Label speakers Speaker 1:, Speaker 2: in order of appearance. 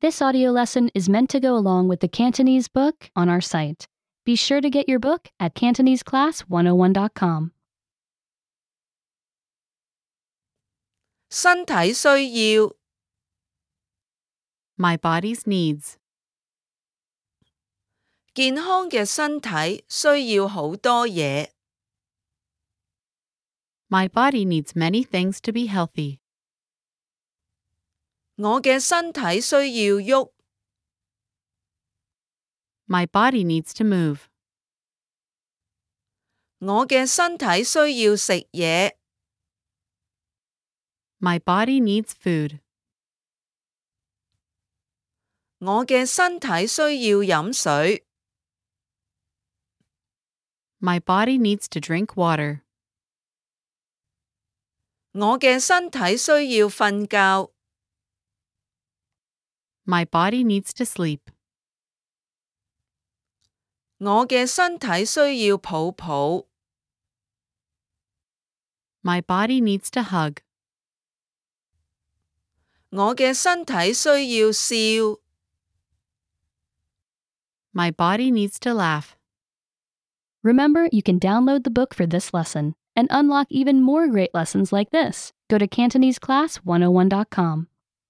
Speaker 1: This audio lesson is meant to go along with the Cantonese book on our site. Be sure to get your book at CantoneseClass101.com.
Speaker 2: 身體需要
Speaker 3: My body's needs.
Speaker 2: 健康嘅身體需要好多嘢，
Speaker 3: My body needs many things to be healthy.
Speaker 2: 我嘅身體需要喐，
Speaker 3: My body needs to move.
Speaker 2: 我嘅身體需要食嘢，
Speaker 3: My body needs food.
Speaker 2: 我嘅身體需要飲水，
Speaker 3: My body needs to drink water.
Speaker 2: 我嘅身體需要瞓覺，
Speaker 3: My body needs to sleep.
Speaker 2: 我嘅身體需要抱抱，
Speaker 3: My body needs to hug.
Speaker 2: 我嘅身體需要笑，
Speaker 3: My body needs to laugh.
Speaker 1: Remember, you can download the book for this oh lesson and unlock even more great lessons like this. Go to CantoneseClass101.com.